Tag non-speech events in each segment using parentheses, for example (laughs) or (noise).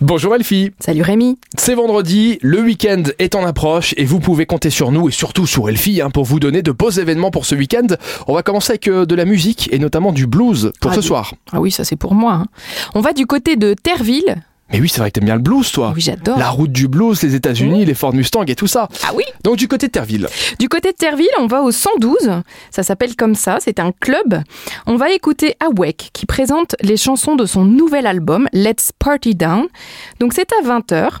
Bonjour Elfie, Salut Rémi. c'est vendredi, le week-end est en approche et vous pouvez compter sur nous et surtout sur Elfie hein, pour vous donner de beaux événements pour ce week-end. On va commencer avec euh, de la musique et notamment du blues pour Ah, ce du- soir. Ah oui, ça c'est pour moi. hein. On va du côté de Terreville. Mais oui, c'est vrai que t'aimes bien le blues toi. Oui, j'adore. La route du blues, les États-Unis, les Ford Mustang et tout ça. Ah oui Donc du côté de Terville. Du côté de Terreville, on va au 112. Ça s'appelle comme ça, c'est un club. On va écouter Awake qui présente les chansons de son nouvel album Let's Party Down. Donc c'est à 20h.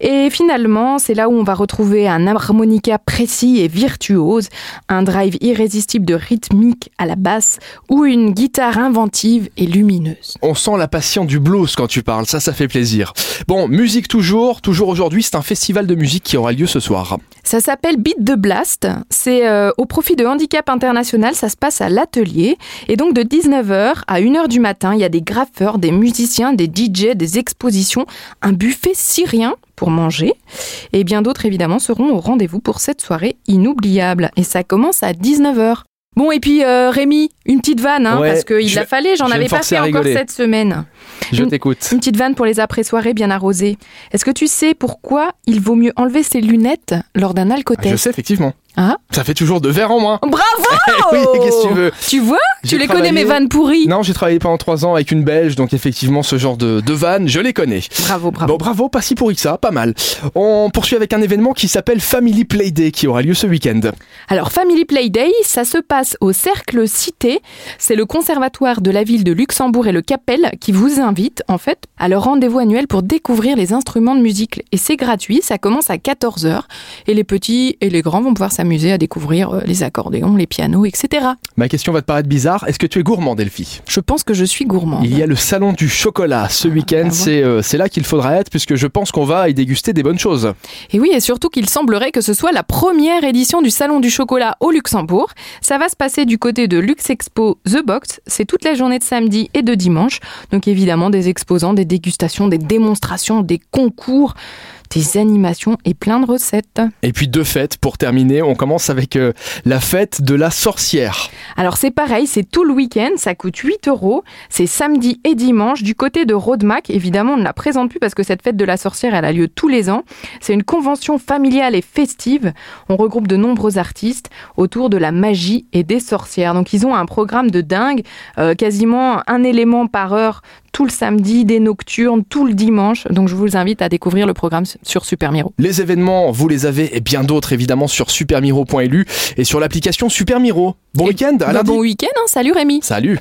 Et finalement, c'est là où on va retrouver un harmonica précis et virtuose, un drive irrésistible de rythmique à la basse ou une guitare inventive et lumineuse. On sent la passion du blues quand tu parles, ça ça fait plaisir. Bon, musique toujours, toujours aujourd'hui, c'est un festival de musique qui aura lieu ce soir. Ça s'appelle Beat the Blast. C'est euh, au profit de Handicap International. Ça se passe à l'atelier. Et donc de 19h à 1h du matin, il y a des graffeurs, des musiciens, des DJ, des expositions, un buffet syrien pour manger. Et bien d'autres, évidemment, seront au rendez-vous pour cette soirée inoubliable. Et ça commence à 19h. Bon, et puis euh, Rémi, une petite vanne, hein, Ouais, parce qu'il je la vais- fallait, j'en je vais avais me pas forcer fait à encore rigoler. cette semaine. Je Une- t'écoute. Une petite vanne pour les après-soirées bien arrosées. Est-ce que tu sais pourquoi il vaut mieux enlever ses lunettes lors d'un Ah, je alcotest sais effectivement. Ah. ça fait toujours de verre en moins. (laughs) Bravo Eh oui, qu'est-ce que tu veux Tu vois J'ai Oh, Tu les connais travaillé- mes vannes (laughs) pourries Non, j'ai travaillé pendant trois ans avec une Belge, donc effectivement, ce genre de, de vannes, je les connais. Bravo, bravo. Bon, bravo, pas si pourri que ça, pas mal. On poursuit avec un événement qui s'appelle Family Play Day, qui aura lieu ce week-end. Alors, Family Play Day, ça se passe au Cercle Cité. C'est le conservatoire de la ville de Luxembourg et le Capel qui vous invite, en fait, à leur rendez-vous annuel pour découvrir les instruments de musique. Et c'est gratuit, ça commence à 14h. Et les petits et les grands vont pouvoir s'amuser à découvrir euh, les accordéons, les pianos, etc. Ma question va te paraître bizarre, est-ce que tu es gourmand, Delphi Je pense que je suis gourmand. Il y a le salon du chocolat ce week-end, bravo. c'est euh, c'est là qu'il faudra être, puisque je pense qu'on va y déguster des bonnes choses. Et oui, et surtout qu'il semblerait que ce soit la première édition du Salon du chocolat au Luxembourg. Ça va se passer du côté de Luxexpo The Box. C'est toute la journée de samedi et de dimanche. Donc évidemment, des exposants, des dégustations, des démonstrations, des concours, des animations et plein de recettes. Et puis deux fêtes pour terminer, on commence avec euh, la fête de la sorcière. Alors c'est pareil, c'est tout le week-end, ça coûte 8 euros. C'est samedi et dimanche du côté de Rodemack. Évidemment, on ne la présente plus parce que cette fête de la sorcière, elle a lieu tous les ans. C'est une convention familiale et festive. On regroupe de nombreux artistes autour de la magie et des sorcières. Donc ils ont un programme de dingue, euh, quasiment un élément par heure tout le samedi, des nocturnes, tout le dimanche. Donc je vous invite à découvrir le programme sur Super Miro. Les événements, vous les avez, et bien d'autres évidemment sur supermiro.lu et sur l'application Supermiro. Bon Et- week-end, à Bah, lundi. bon week-end, hein. salut Rémi Salut